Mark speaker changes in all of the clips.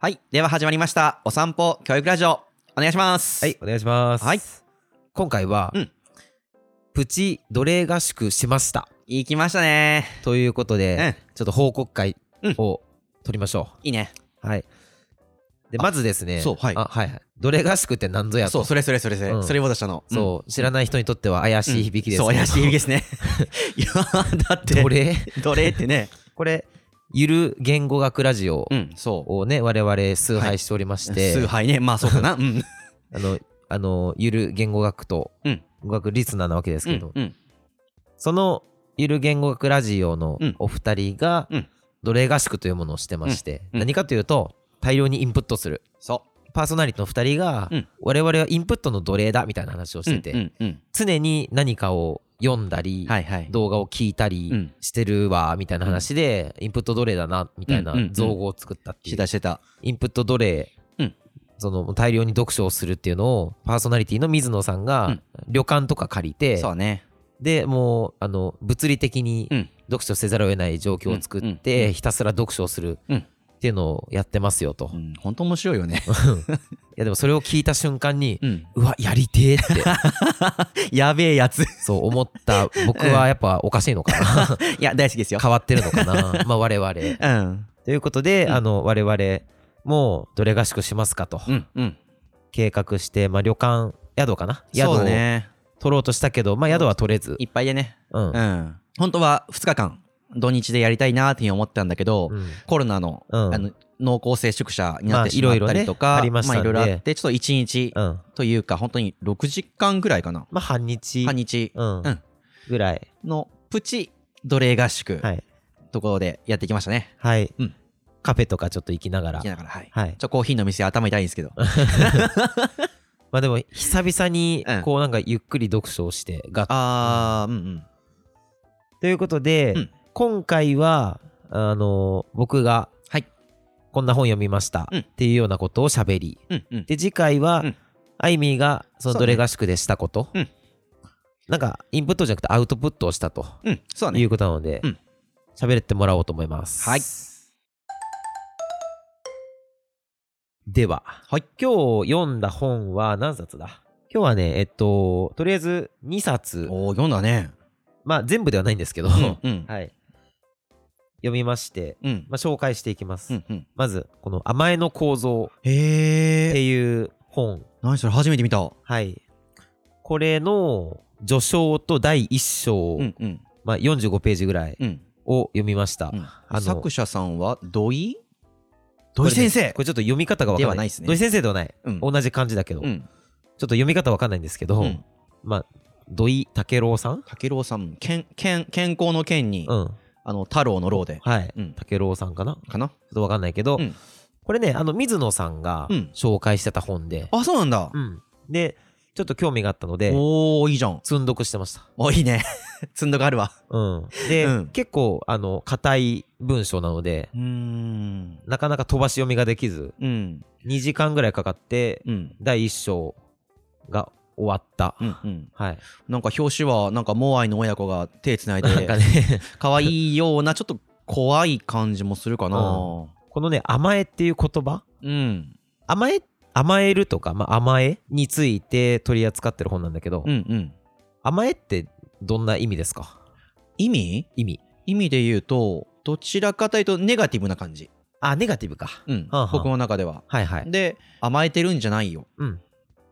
Speaker 1: はい。では始まりました。お散歩教育ラジオ。お願いします。
Speaker 2: はい。、お願いします。
Speaker 1: はい。
Speaker 2: 今回は、
Speaker 1: うん
Speaker 2: プチ奴隷合宿しました。
Speaker 1: 行きましたね。
Speaker 2: ということで、ちょっと報告会を取りましょ
Speaker 1: いいね。
Speaker 2: う。はい。で、まずですね、
Speaker 1: そうはい
Speaker 2: あはいはい。奴隷合宿って何ぞやと。
Speaker 1: そう、それそれそれそれ。
Speaker 2: うん
Speaker 1: それを出したの。うん
Speaker 2: そう知らない人にとっては怪しい響きですけど、
Speaker 1: そう、怪しい響きです ね。いやー、だって、
Speaker 2: 奴隷
Speaker 1: 奴隷ってね。
Speaker 2: これ、ゆる言語学ラジオ
Speaker 1: うん、そう。
Speaker 2: をね、我々崇拝しておりまして、
Speaker 1: 崇拝ね。まあ、そうかな。うん。
Speaker 2: あの、あの、ゆる言語学と、
Speaker 1: うん
Speaker 2: 語学リスナーなわけですけど、
Speaker 1: うん。
Speaker 2: そのゆる言語学ラジオの
Speaker 1: うん
Speaker 2: お二人が
Speaker 1: うん
Speaker 2: 奴隷合宿というものをしてまし
Speaker 1: う
Speaker 2: て、
Speaker 1: んうん
Speaker 2: 何かというと大量にインプットする
Speaker 1: そ
Speaker 2: パーソナリティの二人が、
Speaker 1: うん
Speaker 2: 我々はインプットの奴隷だみたいな話を
Speaker 1: う。
Speaker 2: してて、
Speaker 1: うんうん
Speaker 2: 常に何かを読んだり、
Speaker 1: うん。はいはい。
Speaker 2: 動画を聞いた
Speaker 1: う
Speaker 2: り
Speaker 1: ん
Speaker 2: してるわみたいな話で、インプット奴隷だなみたいな
Speaker 1: うんうんうん
Speaker 2: 造語を作ったっ
Speaker 1: し
Speaker 2: てい
Speaker 1: て
Speaker 2: う、
Speaker 1: たしてた。
Speaker 2: インプット奴隷、
Speaker 1: うん
Speaker 2: その大量に読書をするっていうのをパーソナリティの水野さんが、
Speaker 1: うん
Speaker 2: 旅館とか借りて
Speaker 1: そうね。
Speaker 2: でもうあの物理的に
Speaker 1: うん
Speaker 2: 読書せざるを得ない状況を作っ
Speaker 1: うんうん
Speaker 2: てひたすら読書をする
Speaker 1: うん
Speaker 2: っていうのをやってますよと、
Speaker 1: う
Speaker 2: い
Speaker 1: ん、本当面白いよね。
Speaker 2: やでもそれを聞いた瞬間に、
Speaker 1: うん。
Speaker 2: うわやりてえって
Speaker 1: やべえやつ。い
Speaker 2: そう思った僕はやっぱおかしいのか な
Speaker 1: や、大好きですよ。
Speaker 2: 変わってるのかなまあ我々
Speaker 1: うん。
Speaker 2: ということで、
Speaker 1: うん
Speaker 2: あの我々もうどれ合宿しますかと
Speaker 1: うん。うん。
Speaker 2: 計画して、まあ、旅館宿かな宿
Speaker 1: そう
Speaker 2: を
Speaker 1: だ
Speaker 2: 取
Speaker 1: ね。
Speaker 2: ろうとしたけど、まあ、宿は取れず
Speaker 1: い、っぱいでね。
Speaker 2: うん
Speaker 1: うん。本当は2日間、土日でやりたいなーっていうふうに思ったんだけど、
Speaker 2: うん
Speaker 1: コロナの,、
Speaker 2: うん
Speaker 1: あの濃厚接触者に
Speaker 2: ま
Speaker 1: なって
Speaker 2: あ
Speaker 1: しまっ
Speaker 2: いろ
Speaker 1: た
Speaker 2: い
Speaker 1: り
Speaker 2: ろね
Speaker 1: とか、
Speaker 2: ありましたんで
Speaker 1: いろいろあって、ちょっと1日
Speaker 2: うんま
Speaker 1: というか、本当に6時間ぐらいかな、
Speaker 2: あ半日
Speaker 1: 半日
Speaker 2: うん
Speaker 1: うん
Speaker 2: ぐらい、
Speaker 1: のプチ奴隷合宿、
Speaker 2: はい
Speaker 1: ところでやってきましたね。
Speaker 2: はい、
Speaker 1: うん
Speaker 2: カフェとかちょっと行きながら
Speaker 1: 行きながら、はい。
Speaker 2: はい
Speaker 1: ちょ、コーヒーの店頭痛いんです けど。
Speaker 2: まあでも久々に
Speaker 1: うん
Speaker 2: こうなんかゆっくり読書をしてがっ
Speaker 1: あー、うんうん。
Speaker 2: ということで、
Speaker 1: うん
Speaker 2: 今回はあの僕が
Speaker 1: はい
Speaker 2: こんな本読みました
Speaker 1: うん
Speaker 2: っていうようなことをしゃべり
Speaker 1: うんうん。
Speaker 2: で次回は、
Speaker 1: うん
Speaker 2: アイミーがその
Speaker 1: そう
Speaker 2: ど
Speaker 1: ね
Speaker 2: れ合宿でしたこと、
Speaker 1: うん
Speaker 2: なんかインプットじゃなくてアウトプットをしたと
Speaker 1: うん、そうだ
Speaker 2: い
Speaker 1: ね。
Speaker 2: うことなので
Speaker 1: うん
Speaker 2: 喋、ってもらおうと思います
Speaker 1: はい
Speaker 2: では、今日読んだ本は何冊だ今日はねえっととりあえず2冊
Speaker 1: おー、読んだね。
Speaker 2: まあ全部ではないんですけど、
Speaker 1: うんうん。
Speaker 2: はい、読みまして、
Speaker 1: うん。
Speaker 2: まあ、紹介していきます、
Speaker 1: うんうん。
Speaker 2: まずこの「甘えの構造」っ
Speaker 1: へー。
Speaker 2: ていう本
Speaker 1: 何それ、初めて見た。う
Speaker 2: はいこれの序章と第一章、
Speaker 1: んうん。
Speaker 2: まあ、45ページぐらい
Speaker 1: うん。
Speaker 2: を読みました、
Speaker 1: あ
Speaker 2: あの
Speaker 1: 作者さんは土井土
Speaker 2: これ
Speaker 1: 井先
Speaker 2: ね
Speaker 1: 生
Speaker 2: これちょっと読み方がわかんな
Speaker 1: で
Speaker 2: い
Speaker 1: はないっすね
Speaker 2: 土井先生ではない、
Speaker 1: うん
Speaker 2: 同じ漢字だけど、ちょっ
Speaker 1: ん
Speaker 2: と読み方わかんないんですけど、
Speaker 1: うん
Speaker 2: まあ土井武郎さん
Speaker 1: 武郎さん健健健康の健に、
Speaker 2: うん
Speaker 1: あの太郎の郎で
Speaker 2: はい、
Speaker 1: うん
Speaker 2: 武郎さんかなちょ
Speaker 1: かな
Speaker 2: っとわかんないけど、
Speaker 1: うん
Speaker 2: これねあの水野さんが
Speaker 1: うん
Speaker 2: 紹介してた本で、
Speaker 1: あそうなんだ、
Speaker 2: うん、でちょっと興味があったので
Speaker 1: おおいいじゃん
Speaker 2: 積んどくしてました、
Speaker 1: おいいね 積んどがあるわ
Speaker 2: うん、で、
Speaker 1: うん
Speaker 2: 結構あの硬い文章なので
Speaker 1: うーん
Speaker 2: なかなか飛ばし読みができず
Speaker 1: うん
Speaker 2: 2時間ぐらいかかって
Speaker 1: うん
Speaker 2: 第1章が終わった、
Speaker 1: うんうん、
Speaker 2: はい
Speaker 1: なんか表紙はなんかモアイの親子が手 つないで
Speaker 2: なんかね
Speaker 1: 可愛いようなちょっと怖い感じもするかな
Speaker 2: このね甘えっていう言葉
Speaker 1: うん、
Speaker 2: 甘え甘えるとか、まあ、甘えについて取り扱ってる本なんだけど、
Speaker 1: うんうん
Speaker 2: 甘えってどんな意味ですか
Speaker 1: 意味
Speaker 2: 意味
Speaker 1: 意味で言うとどちらかというとネガティブな感じ、
Speaker 2: あネガティブか
Speaker 1: うん
Speaker 2: はあはあ
Speaker 1: 僕の中では
Speaker 2: はいはい
Speaker 1: で甘えてるんじゃないよ
Speaker 2: うん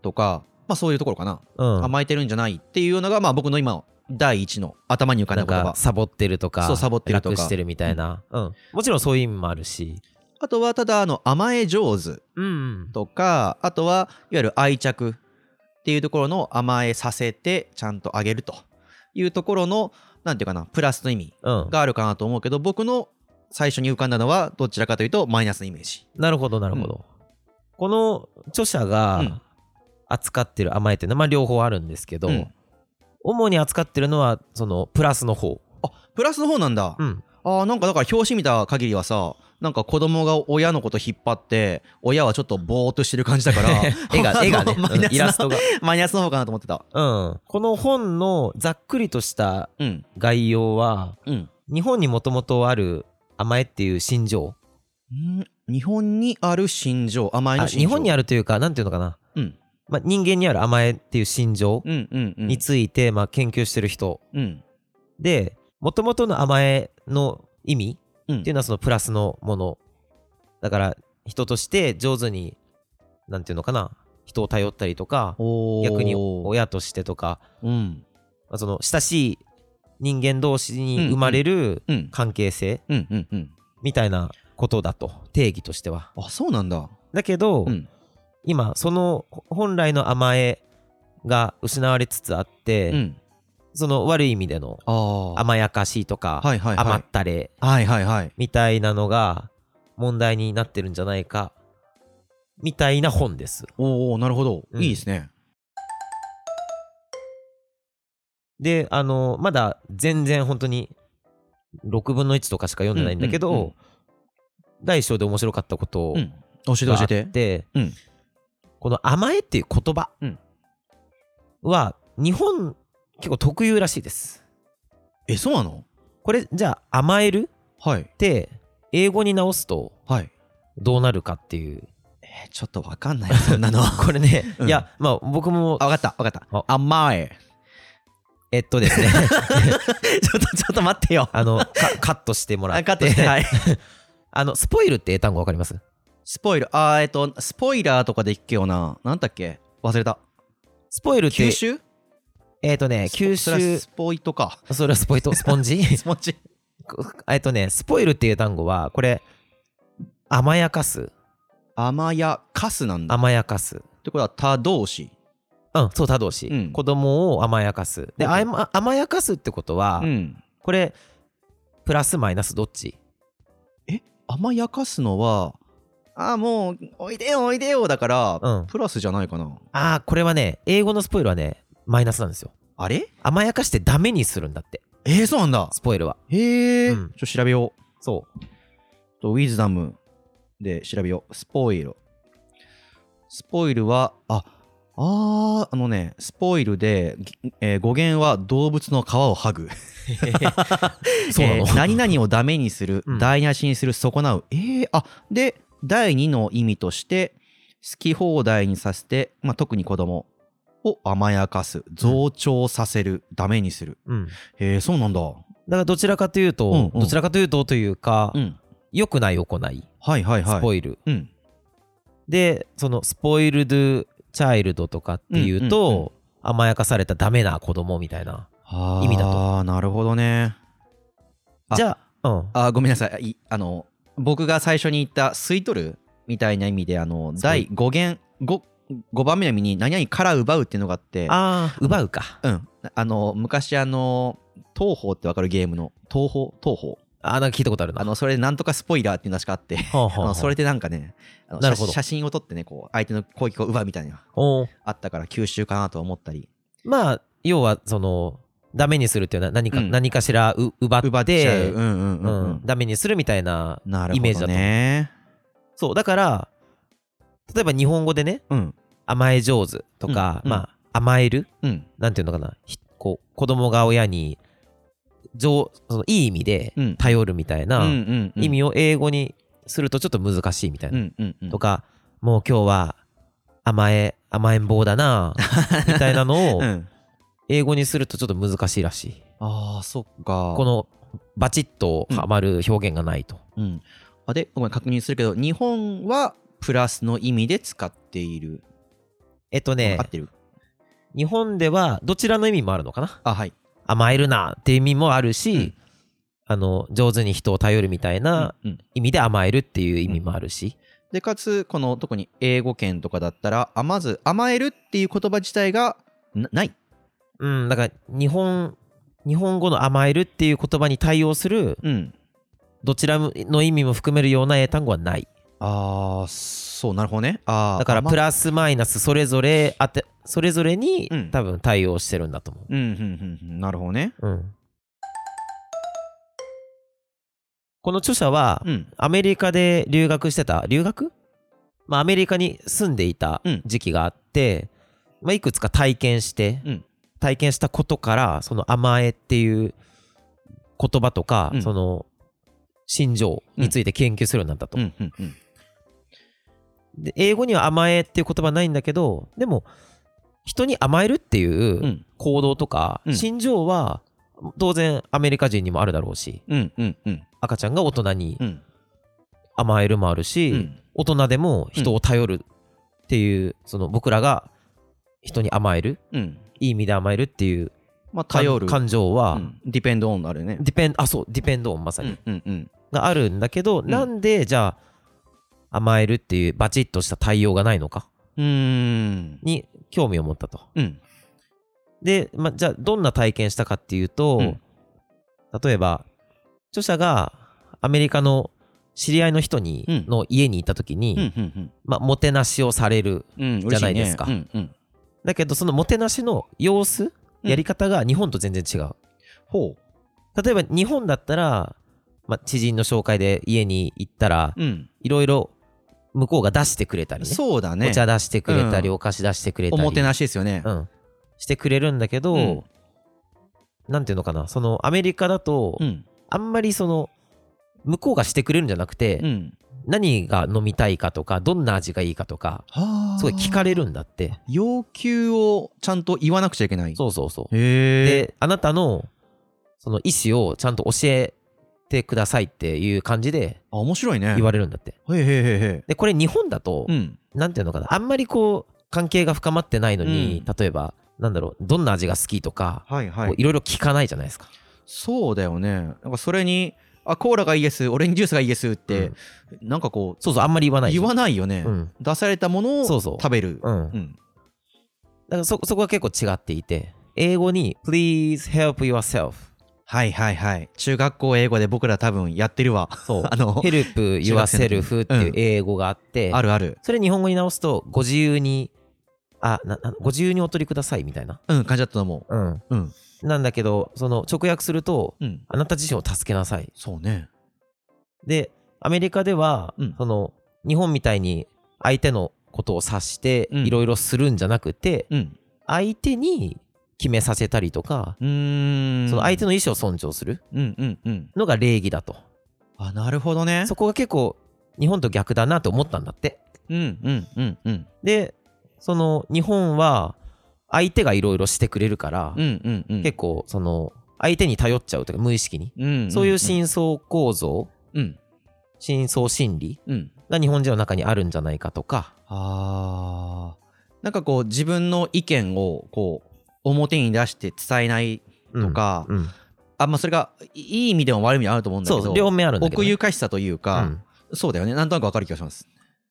Speaker 1: とか、まあ、そういうところかな、
Speaker 2: うん
Speaker 1: 甘えてるんじゃないっていうのが、まあ、僕の今第一の頭に浮かん
Speaker 2: な
Speaker 1: だ
Speaker 2: ん
Speaker 1: 言
Speaker 2: か
Speaker 1: 葉
Speaker 2: サボってるとか
Speaker 1: そうサボってるとか
Speaker 2: 楽してるみたいな、うんもちろんそういう意味もあるし
Speaker 1: あとはただあの甘え上手
Speaker 2: うんうん
Speaker 1: とかあとはいわゆる愛着っていうところの甘えさせてちゃんとあげるというところのなんていうかなプラスの意味
Speaker 2: うん
Speaker 1: があるかなと思うけど僕の最初に浮かんだのはどちらかというとマイナスのイメージ
Speaker 2: なるほどなるほど、この著者が、
Speaker 1: うん
Speaker 2: 扱ってる甘えっていうのは、まあ、両方あるんですけど、
Speaker 1: うん
Speaker 2: 主に扱ってるのはそのプラスの方、
Speaker 1: あプラスの方なんだ、
Speaker 2: うん、
Speaker 1: あーなんかだから表紙見た限りはさなんか子供が親のこと引っ張って親はちょっとぼーっとしてる感じだから
Speaker 2: 絵が絵がね
Speaker 1: マイナスな
Speaker 2: うんイラストが、
Speaker 1: マイナスの方かなと思ってた
Speaker 2: うん、この本のざっくりとした
Speaker 1: うん
Speaker 2: 概要は
Speaker 1: うん
Speaker 2: 日本にもともとある甘えっていう心情
Speaker 1: ん日本にある心情甘え
Speaker 2: あ
Speaker 1: の心情
Speaker 2: 日本に
Speaker 1: あ
Speaker 2: あるというか、なんていうのかな。
Speaker 1: る、うん、
Speaker 2: まあ、人間にある甘えっていう心情
Speaker 1: うんうんうん
Speaker 2: について、まあ、研究してる人
Speaker 1: うん
Speaker 2: で、もともとの甘えの意味
Speaker 1: うん
Speaker 2: っていうのはそのプラスのもの。だから、人として上手に、なんていうのかな、人を頼ったりとか、
Speaker 1: おー
Speaker 2: 逆に親としてとか、
Speaker 1: うん
Speaker 2: まあその親しい人間同士に生まれる
Speaker 1: うん
Speaker 2: 関係性
Speaker 1: うんうんうん
Speaker 2: みたいなことだと、定義としては。
Speaker 1: あそうなんだ
Speaker 2: だけど、
Speaker 1: うん
Speaker 2: 今、その本来の甘えが失われつつあって、
Speaker 1: うん
Speaker 2: その悪い意味での
Speaker 1: あー
Speaker 2: 甘やかしいとか、
Speaker 1: はいはいはい
Speaker 2: 甘ったれ
Speaker 1: はいはいはい
Speaker 2: みたいなのが問題になってるんじゃないかみたいな本です。
Speaker 1: おおなるほど、
Speaker 2: うん
Speaker 1: いいですね
Speaker 2: であのまだ全然本当に6分の1とかしか読んでないんだけど、
Speaker 1: うんうんうん
Speaker 2: 第一章で面白かったこと
Speaker 1: うん教えて
Speaker 2: が
Speaker 1: 教
Speaker 2: あっ
Speaker 1: えて
Speaker 2: て、
Speaker 1: うん
Speaker 2: この「甘え」っていう言葉
Speaker 1: うん
Speaker 2: は日本結構特有らしいです。
Speaker 1: えそうなの
Speaker 2: これじゃあ「甘える」
Speaker 1: はい
Speaker 2: って英語に直すと
Speaker 1: はい
Speaker 2: どうなるかっていう
Speaker 1: えちょっとわかんないそんな の
Speaker 2: これね、
Speaker 1: うん
Speaker 2: いやまあ僕も
Speaker 1: あわかったわかった
Speaker 2: あ
Speaker 1: 甘え
Speaker 2: えっとで すね
Speaker 1: ちょっとちょっと待ってよ
Speaker 2: あのかカットしてもらっ
Speaker 1: あ
Speaker 2: て
Speaker 1: カットしてはい
Speaker 2: あのスポイルって英単語わかります
Speaker 1: スポイルあーえっとスポイラーとかでいっけよななんだっけ忘れた
Speaker 2: スポイルって
Speaker 1: 吸収
Speaker 2: えっ、とね吸
Speaker 1: それは
Speaker 2: 収
Speaker 1: スポイト か
Speaker 2: それはスポイトスポ ンジ
Speaker 1: スポンジ
Speaker 2: えっとねスポイルっていう単語はこれ甘やかす
Speaker 1: 甘やかすなんだっ
Speaker 2: 甘やかす
Speaker 1: てことは他動詞
Speaker 2: うんそう他動詞、
Speaker 1: うん
Speaker 2: 子供を甘やかすで、
Speaker 1: うん
Speaker 2: あやま甘やかすってことは、
Speaker 1: うん
Speaker 2: これプラスマイナスどっち
Speaker 1: 甘やかすのはあーもうおいでよおいでよだから、
Speaker 2: うん
Speaker 1: プラスじゃないかな
Speaker 2: ああこれはね英語のスポイルはねマイナスなんですよ
Speaker 1: あれ
Speaker 2: 甘やかしてダメにするんだって
Speaker 1: えー、そうなんだ
Speaker 2: スポイルは
Speaker 1: へえ、
Speaker 2: うん
Speaker 1: ちょっと調べよう
Speaker 2: そう
Speaker 1: とウィズダムで調べようスポイルスポイルはああーあのねスポイルで、ぎえー語源は動物の皮を剥ぐ
Speaker 2: そうなの
Speaker 1: えー何々をダメにする、
Speaker 2: うん
Speaker 1: 台無しにする損なうえー、あで第2の意味として好き放題にさせて、まあ、特に子供を甘やかす増長させる、ダメにする
Speaker 2: うん、だ
Speaker 1: えー、そうなんだ
Speaker 2: からどちらかというと、
Speaker 1: うんうん
Speaker 2: どちらかというとというか、
Speaker 1: うん
Speaker 2: 良くない行い
Speaker 1: はいはいはい
Speaker 2: スポイル、
Speaker 1: うん
Speaker 2: でそのスポイルドゥチャイルドとかっていうと、
Speaker 1: うんうんうん
Speaker 2: 甘やかされたダメな子供みたいな
Speaker 1: 意
Speaker 2: 意味だと
Speaker 1: あーなるほどねあ
Speaker 2: じゃあ、うん、
Speaker 1: あーごめんなさいいあの僕が最初に言った吸い取るみたいな意味であの
Speaker 2: い
Speaker 1: 第5弦 5, 5番目の意味に何々から奪うっていうのがあって
Speaker 2: あー奪うか
Speaker 1: うんあの昔あの東宝ってわかるゲームの東宝東宝
Speaker 2: あーなんか聞いたことあるな
Speaker 1: あのそれでなんとかスポイラーっていうのしかあって
Speaker 2: ほうほうほ
Speaker 1: あ
Speaker 2: う
Speaker 1: のそれでなんかねあの
Speaker 2: なる
Speaker 1: 写
Speaker 2: ほど
Speaker 1: 写真を撮ってねこう相手の攻撃を奪うみたいなのが
Speaker 2: おー
Speaker 1: あったから吸収かなとは思ったり
Speaker 2: まあ要はそのダメにするっていうのは何か,、
Speaker 1: うん
Speaker 2: 何かしらう奪って
Speaker 1: 奪っちゃううんうん
Speaker 2: う
Speaker 1: うんん、うん
Speaker 2: ダメにするみたいな
Speaker 1: なる
Speaker 2: イメー
Speaker 1: ほ
Speaker 2: ジだ
Speaker 1: ど
Speaker 2: と
Speaker 1: ね
Speaker 2: そうだから例えば日本語でね
Speaker 1: うん
Speaker 2: 甘え上手とか、
Speaker 1: うんうん
Speaker 2: まあ甘える
Speaker 1: うん
Speaker 2: なんていうのかなひこう子供が親に上そのいい意味で
Speaker 1: うん
Speaker 2: 頼るみたいな
Speaker 1: うんうんうん
Speaker 2: 意味を英語にするとちょっと難しいみたいな、
Speaker 1: うんうんうん
Speaker 2: とかもう今日は甘え甘えん坊だなみたいなのを
Speaker 1: うん、
Speaker 2: 英語にするとちょっと難しいらしい
Speaker 1: ああそっか
Speaker 2: このバチッとはまる表現がないと、
Speaker 1: うん、あでごめん確認するけど日本はプラスの意味で使っている、
Speaker 2: えっとね
Speaker 1: 合ってる
Speaker 2: 日本ではどちらの意味もあるのかな
Speaker 1: あはい
Speaker 2: 甘えるなっていう意味もあるし、
Speaker 1: うん
Speaker 2: あの上手に人を頼るみたいな
Speaker 1: うんうん
Speaker 2: 意味で甘えるっていう意味もあるし、
Speaker 1: でかつこの特に英語圏とかだったらあまず甘えるっていう言葉自体がなない
Speaker 2: うんだから日本日本語の甘えるっていう言葉に対応する
Speaker 1: うん
Speaker 2: どちらの意味も含めるような英単語はない
Speaker 1: ああそうなるほどねあー
Speaker 2: だから
Speaker 1: 甘
Speaker 2: プラスマイナスそれぞれあてそれぞれに
Speaker 1: うん
Speaker 2: 多分対応してるんだと思
Speaker 1: うんうんうんうんなるほどね
Speaker 2: う、うんこの著者は
Speaker 1: うん
Speaker 2: アメリカで留学してた留学、まあ、アメリカに住んでいた
Speaker 1: うん
Speaker 2: 時期があって、まあ、いくつか体験して、
Speaker 1: うん
Speaker 2: 体験したことからその甘えっていう言葉とか、
Speaker 1: うん
Speaker 2: その心情について研究するようになったと。
Speaker 1: うんうんうん
Speaker 2: で英語には甘えっていう言葉ないんだけどでも人に甘えるって
Speaker 1: う
Speaker 2: いうん行動とか、
Speaker 1: うん
Speaker 2: 心情は当然アメリカ人にもあるだろうし
Speaker 1: うんうんうん
Speaker 2: 赤ちゃんが大人に
Speaker 1: うん
Speaker 2: 甘えるもあるし、
Speaker 1: うん
Speaker 2: 大人でも人を頼るっていう、その僕らが人に甘える
Speaker 1: うん
Speaker 2: いい意味で甘えるっていう
Speaker 1: まあ
Speaker 2: 感
Speaker 1: 頼る
Speaker 2: 感情は、
Speaker 1: ディペンドオンのあるよね
Speaker 2: ディペンあそうディペンドオンまさ
Speaker 1: う
Speaker 2: に、
Speaker 1: んうんうん
Speaker 2: があるんだけど、
Speaker 1: ん
Speaker 2: なんでじゃあ甘えるっていうバチッとした対応がないのか
Speaker 1: うーん
Speaker 2: に興味を持ったと。
Speaker 1: うん
Speaker 2: で、まあ、じゃあどんな体験したかっていうと、
Speaker 1: うん
Speaker 2: 例えば著者がアメリカの知り合いの人に、
Speaker 1: うん
Speaker 2: の家に行った時に、
Speaker 1: うんうん
Speaker 2: まあ、もてなしをされる
Speaker 1: うんうん嬉しね
Speaker 2: じゃないですか
Speaker 1: うんうん
Speaker 2: だけどそのもてなしの様子
Speaker 1: うん
Speaker 2: やり方が日本と全然違う、
Speaker 1: ほ
Speaker 2: 例えば日本だったら、まあ、知人の紹介で家に行ったら
Speaker 1: ううん
Speaker 2: いろいろ向こうが出してくれたりね
Speaker 1: そうだね
Speaker 2: お茶出してくれたり、
Speaker 1: う
Speaker 2: お菓子出してくれた
Speaker 1: お
Speaker 2: り
Speaker 1: もてなしですよね
Speaker 2: うん、してくれるんだけど、
Speaker 1: うん
Speaker 2: なんていうのかなそのアメリカだと、
Speaker 1: うん
Speaker 2: あんまりその向こうがしてくれるんじゃなくて、
Speaker 1: うん
Speaker 2: 何が飲みたいかとかどんな味がいいかとか
Speaker 1: はあ
Speaker 2: すごい聞かれるんだって
Speaker 1: 要求をちゃんと言わなくちゃいけない
Speaker 2: そうそうそう
Speaker 1: へえ
Speaker 2: であなたのその意思をちゃんと教えてくださいっていう感じで
Speaker 1: あ面白いね
Speaker 2: 言われるんだって
Speaker 1: へえへえへ
Speaker 2: でこれ日本だと
Speaker 1: えうん
Speaker 2: なんていうのかなあんまりこう関係が深まってないのに
Speaker 1: う
Speaker 2: 例えばなんだろうどんな味が好きとか
Speaker 1: はいは
Speaker 2: こう
Speaker 1: い
Speaker 2: いろいろ聞かないじゃないですか
Speaker 1: そうだよねなんかそれにあコーラがいいですオレンジジュースがいいですって、
Speaker 2: うん
Speaker 1: なんかこ
Speaker 2: そうそうあんまり言わ
Speaker 1: う
Speaker 2: ない
Speaker 1: 言わないよね、
Speaker 2: うん
Speaker 1: 出されたものを
Speaker 2: そうそう
Speaker 1: 食べる
Speaker 2: うん
Speaker 1: うん
Speaker 2: だからそそこが結構違っていて英語に「Please help yourself」
Speaker 1: はいはいはい中学校英語で僕ら多分やってるわ
Speaker 2: そう
Speaker 1: あの
Speaker 2: Help
Speaker 1: 中学生の時
Speaker 2: yourself っていう英語があって、
Speaker 1: あるある
Speaker 2: それ日本語に直すとご自由にあななご自由にお取りくださいみたいな、
Speaker 1: うん感じだったと思
Speaker 2: うん、
Speaker 1: ううん
Speaker 2: なんだけどその直訳すると
Speaker 1: うん
Speaker 2: あなた自身を助けなさい
Speaker 1: そうね
Speaker 2: でアメリカでは、
Speaker 1: うん
Speaker 2: その日本みたいに相手のことを指して
Speaker 1: うん
Speaker 2: いろいろするんじゃなくて、
Speaker 1: うん
Speaker 2: 相手に決めさせたりとか、
Speaker 1: うーん
Speaker 2: その相手の意思を尊重する
Speaker 1: うんうんうん
Speaker 2: のが礼儀だと
Speaker 1: あなるほどね
Speaker 2: そこが結構日本と逆だなと思ったんだって
Speaker 1: うんうんうんうん
Speaker 2: でその日本は相手がいろいろしてくれるから、
Speaker 1: うんうんうん
Speaker 2: 結構その相手に頼っちゃうというか無意識に、
Speaker 1: うんうんん
Speaker 2: そういう真相構造
Speaker 1: うん
Speaker 2: 真相心理
Speaker 1: うん
Speaker 2: が日本人の中にあるんじゃないかとか
Speaker 1: あーなんかこう自分の意見をこう表に出して伝えないと、か、
Speaker 2: うんうん
Speaker 1: あまあそれがいいい意味でも悪い意味でもあると思うんだけ
Speaker 2: そ
Speaker 1: ど
Speaker 2: う両面あるんだけど
Speaker 1: 奥
Speaker 2: ね、
Speaker 1: ゆかしさというか、
Speaker 2: うん
Speaker 1: そうだよねなんとなくわかる気がします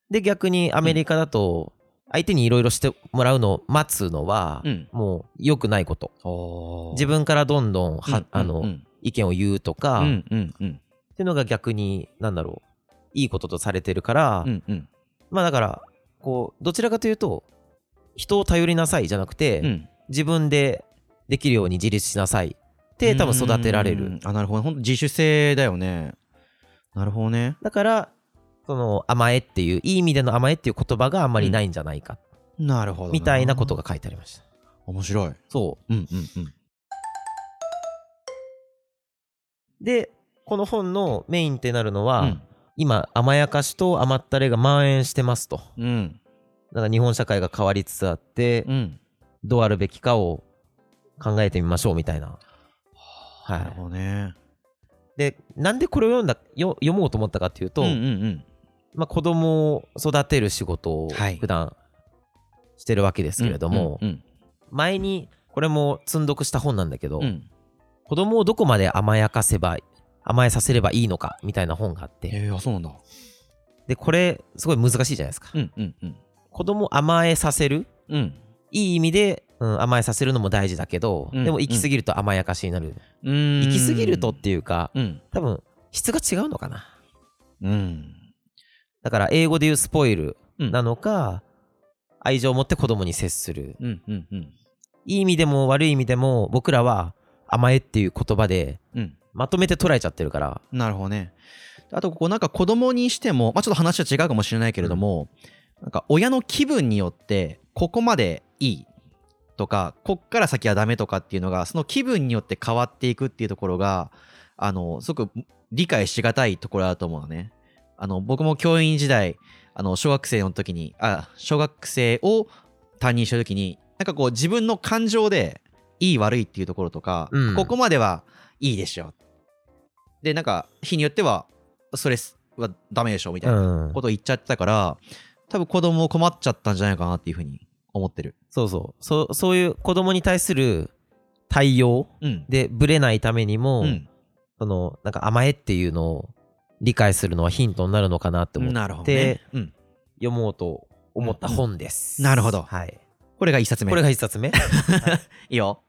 Speaker 2: で逆にアメリカだと相手にいろいろしてもらうのを待つのは、
Speaker 1: うん
Speaker 2: もう良くないこと自
Speaker 1: 分
Speaker 2: 分からどんどんは、あの
Speaker 1: うん
Speaker 2: 意見を言うとか、
Speaker 1: う
Speaker 2: っ
Speaker 1: んうんうん
Speaker 2: ていうのが逆になんだろういいこととされてるから、
Speaker 1: うんうん
Speaker 2: まあだからこうどちらかというと人を頼りなさいじゃなくて、
Speaker 1: うん
Speaker 2: 自分でできるように自立しなさいって多分育てられ
Speaker 1: う
Speaker 2: る
Speaker 1: んあなるほど本当自主性だよねなるほどね
Speaker 2: だからその甘えっていういい意味での甘えっていう言葉があんまりないんじゃないか
Speaker 1: なるほど
Speaker 2: みたいなことが書いてありました
Speaker 1: 面白い
Speaker 2: そ
Speaker 1: うんうんうん
Speaker 2: うでこの本のメインってなるのは、
Speaker 1: うん
Speaker 2: 今甘やかしと甘ったれが蔓延してますと
Speaker 1: うん
Speaker 2: だから日本社会が変わりつつあって
Speaker 1: うん
Speaker 2: どうあるべきかを考えてみましょうみたいなは
Speaker 1: なるほど
Speaker 2: い
Speaker 1: ね
Speaker 2: でなんでこれを読んだよ読もうと思ったかっていうと、
Speaker 1: うんうん
Speaker 2: まあ、子供を育てる仕事を
Speaker 1: はい
Speaker 2: 普段してるわけですけれども、
Speaker 1: うんうん
Speaker 2: 前にこれも積んどくした本なんだけど、
Speaker 1: うんうん
Speaker 2: 子供をどこまで甘やかせば甘えさせればいいのかみたいな本があって
Speaker 1: えーあそうなんだ
Speaker 2: でこれすごい難しいじゃないですか、
Speaker 1: うんうんうん
Speaker 2: 子供を甘えさせる
Speaker 1: うん
Speaker 2: いい意味で、うん、甘えさせるのも大事だけど、
Speaker 1: うん
Speaker 2: でも行き過ぎると甘やかしになる、
Speaker 1: うーん
Speaker 2: 行き過ぎるとっていうか
Speaker 1: うん
Speaker 2: 多分質が違うのかな
Speaker 1: うん
Speaker 2: だから英語で言うスポイル
Speaker 1: うん
Speaker 2: なのか、愛情を持って子供に接する
Speaker 1: うんうんうん
Speaker 2: いい意味でも悪い意味でも僕らは甘えっていう言葉で
Speaker 1: うん
Speaker 2: まとめて捉えちゃってるから
Speaker 1: なるほどね。あと、ここなんか子供にしても、まあ、ちょっと話は違うかもしれないけれども、なんか親の気分によって、ここまでいいとか、こっから先はダメとかっていうのが、その気分によって変わっていくっていうところが、あの、すごく理解しがたいところだと思うのね。あの、僕も教員時代、あの、小学生の時に、あ、小学生を担任した時に、なんかこう自分の感情で、いい悪いっていうところとか、
Speaker 2: うん
Speaker 1: ここまではいいでしょ。で、なんか、日によっては、それはダメでしょ、みたいな
Speaker 2: うん
Speaker 1: ことを言っちゃってたから、多分子供困っちゃったんじゃないかなっていうふうに思ってる。
Speaker 2: そうそうそうそういう子供に対する対応
Speaker 1: うん。
Speaker 2: でブレないためにも、
Speaker 1: うん。
Speaker 2: そのなんか甘えっていうのを理解するのはヒントになるのかなって思って
Speaker 1: なるほどね。うん。
Speaker 2: 読もうと思った本です、
Speaker 1: うんなるほど
Speaker 2: はい、
Speaker 1: これが一冊目。
Speaker 2: これが一冊目
Speaker 1: いいよ。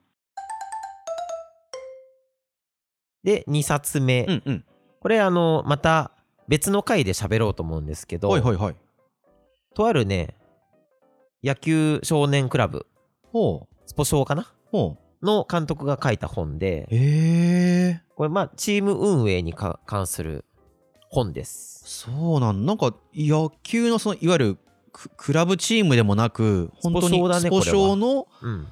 Speaker 2: で二冊目、
Speaker 1: うんうん。
Speaker 2: これあのまた別の回で喋ろうと思うんですけど、
Speaker 1: はいはいはい。
Speaker 2: とあるね野球少年クラブ
Speaker 1: ほう。
Speaker 2: スポ少かな
Speaker 1: ほ
Speaker 2: の監督が書いた本で
Speaker 1: う。へえ。
Speaker 2: これまあチーム運営にか関する本です
Speaker 1: そうなんなんか野球のそのいわゆるククラブチームでもなく本当
Speaker 2: スポ少
Speaker 1: に
Speaker 2: だ
Speaker 1: ス
Speaker 2: ね
Speaker 1: ポ
Speaker 2: これは
Speaker 1: 少の、
Speaker 2: うん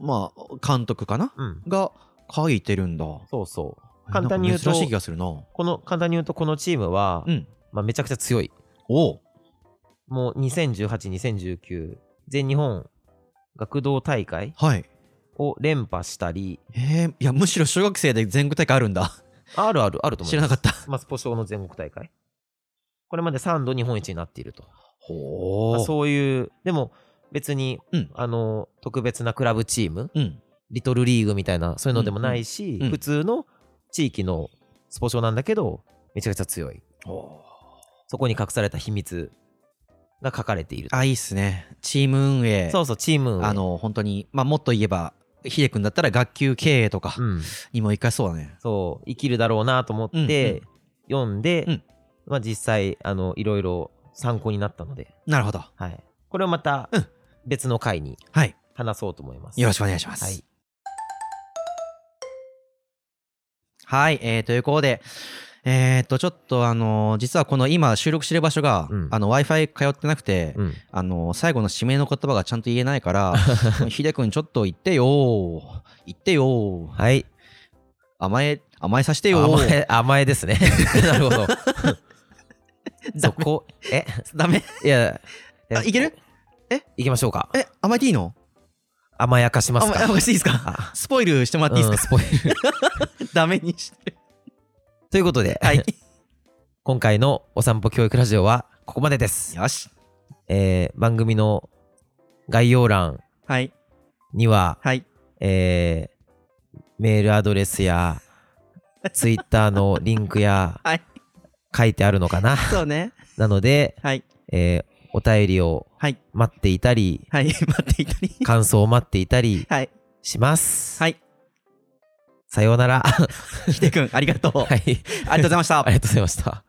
Speaker 1: まあ、監督かな
Speaker 2: うん
Speaker 1: が書いてるんだ
Speaker 2: そうそう簡単に言うと
Speaker 1: なんか珍しい気がするな
Speaker 2: この簡単に言うとこのチームは、
Speaker 1: うん
Speaker 2: まあ、めちゃくちゃ強い
Speaker 1: おう
Speaker 2: もう20182019全日本学童大会
Speaker 1: はい
Speaker 2: を連覇したり
Speaker 1: えー、いやむしろ小学生で全国大会あるんだ
Speaker 2: あるあるあると思
Speaker 1: 知
Speaker 2: います
Speaker 1: らなかった
Speaker 2: まあ、スポ少の全国大会。これまで3度日本一になっていると。
Speaker 1: ほ
Speaker 2: まあ
Speaker 1: う
Speaker 2: そういう、でも別に、
Speaker 1: うん
Speaker 2: あの、特別なクラブチーム、
Speaker 1: うん
Speaker 2: リトルリーグみたいな、そういうのでもないし、
Speaker 1: うんうん
Speaker 2: 普通の地域のスポ少なんだけど、めちゃくちゃ強い。
Speaker 1: ほ
Speaker 2: そこに隠された秘密が書かれている
Speaker 1: う。あいいっすねチーム運営
Speaker 2: そうそう、チーム運営
Speaker 1: あ、の本当にまあもっと言えばヒデ君だったら学級経営とか
Speaker 2: うん、
Speaker 1: にも生かそうだね
Speaker 2: そう、生きるだろうなと思って、読んで、
Speaker 1: うん
Speaker 2: まあ、実際、あの、いろいろ参考になったので、
Speaker 1: なるほど
Speaker 2: はい。これをまた
Speaker 1: うん
Speaker 2: 別の回に
Speaker 1: はい
Speaker 2: 話そうと思います。
Speaker 1: よろしくお願いします
Speaker 2: はい。
Speaker 1: はい、えー、ということで、えー、っと、ちょっとあのー実はこの今収録してる場所が、
Speaker 2: うん
Speaker 1: あの、Wi-Fi 通ってなくて、
Speaker 2: うん、
Speaker 1: あのー最後の指名の言葉がちゃんと言えない から、ヒデ君ちょっと言ってよー言ってよー
Speaker 2: はい。
Speaker 1: 甘え、甘えさせてよー
Speaker 2: 甘え、甘えですね。 なるほ ど。そこ、え、
Speaker 1: ダメ
Speaker 2: いや、
Speaker 1: あいける
Speaker 2: え行きましょうか。
Speaker 1: え、甘えていいの
Speaker 2: 甘やかします
Speaker 1: 甘え、甘
Speaker 2: か。
Speaker 1: えしていいですか
Speaker 2: あ
Speaker 1: スポイルしてもらっていいですか、
Speaker 2: うんスポイル
Speaker 1: ダメにして。
Speaker 2: ということで、
Speaker 1: はい。
Speaker 2: 今回のお散歩教育ラジオはここまでで す。
Speaker 1: よし。
Speaker 2: えー番組の概要欄
Speaker 1: はい。
Speaker 2: には、
Speaker 1: はい。
Speaker 2: えーメールアドレ スや、ツイッターのリンクや
Speaker 1: はい、
Speaker 2: 書いてあるのかな。
Speaker 1: そうね。
Speaker 2: なので、
Speaker 1: はい。
Speaker 2: えーお便りを
Speaker 1: はい。
Speaker 2: 待っていたり、
Speaker 1: はい。待っていたり。
Speaker 2: 感想を待っていたり
Speaker 1: はい。
Speaker 2: します。
Speaker 1: はい。
Speaker 2: さようなら。は
Speaker 1: ヒデ君、ありがとう。あり
Speaker 2: い。
Speaker 1: がとうございました
Speaker 2: あ。りがとうございました。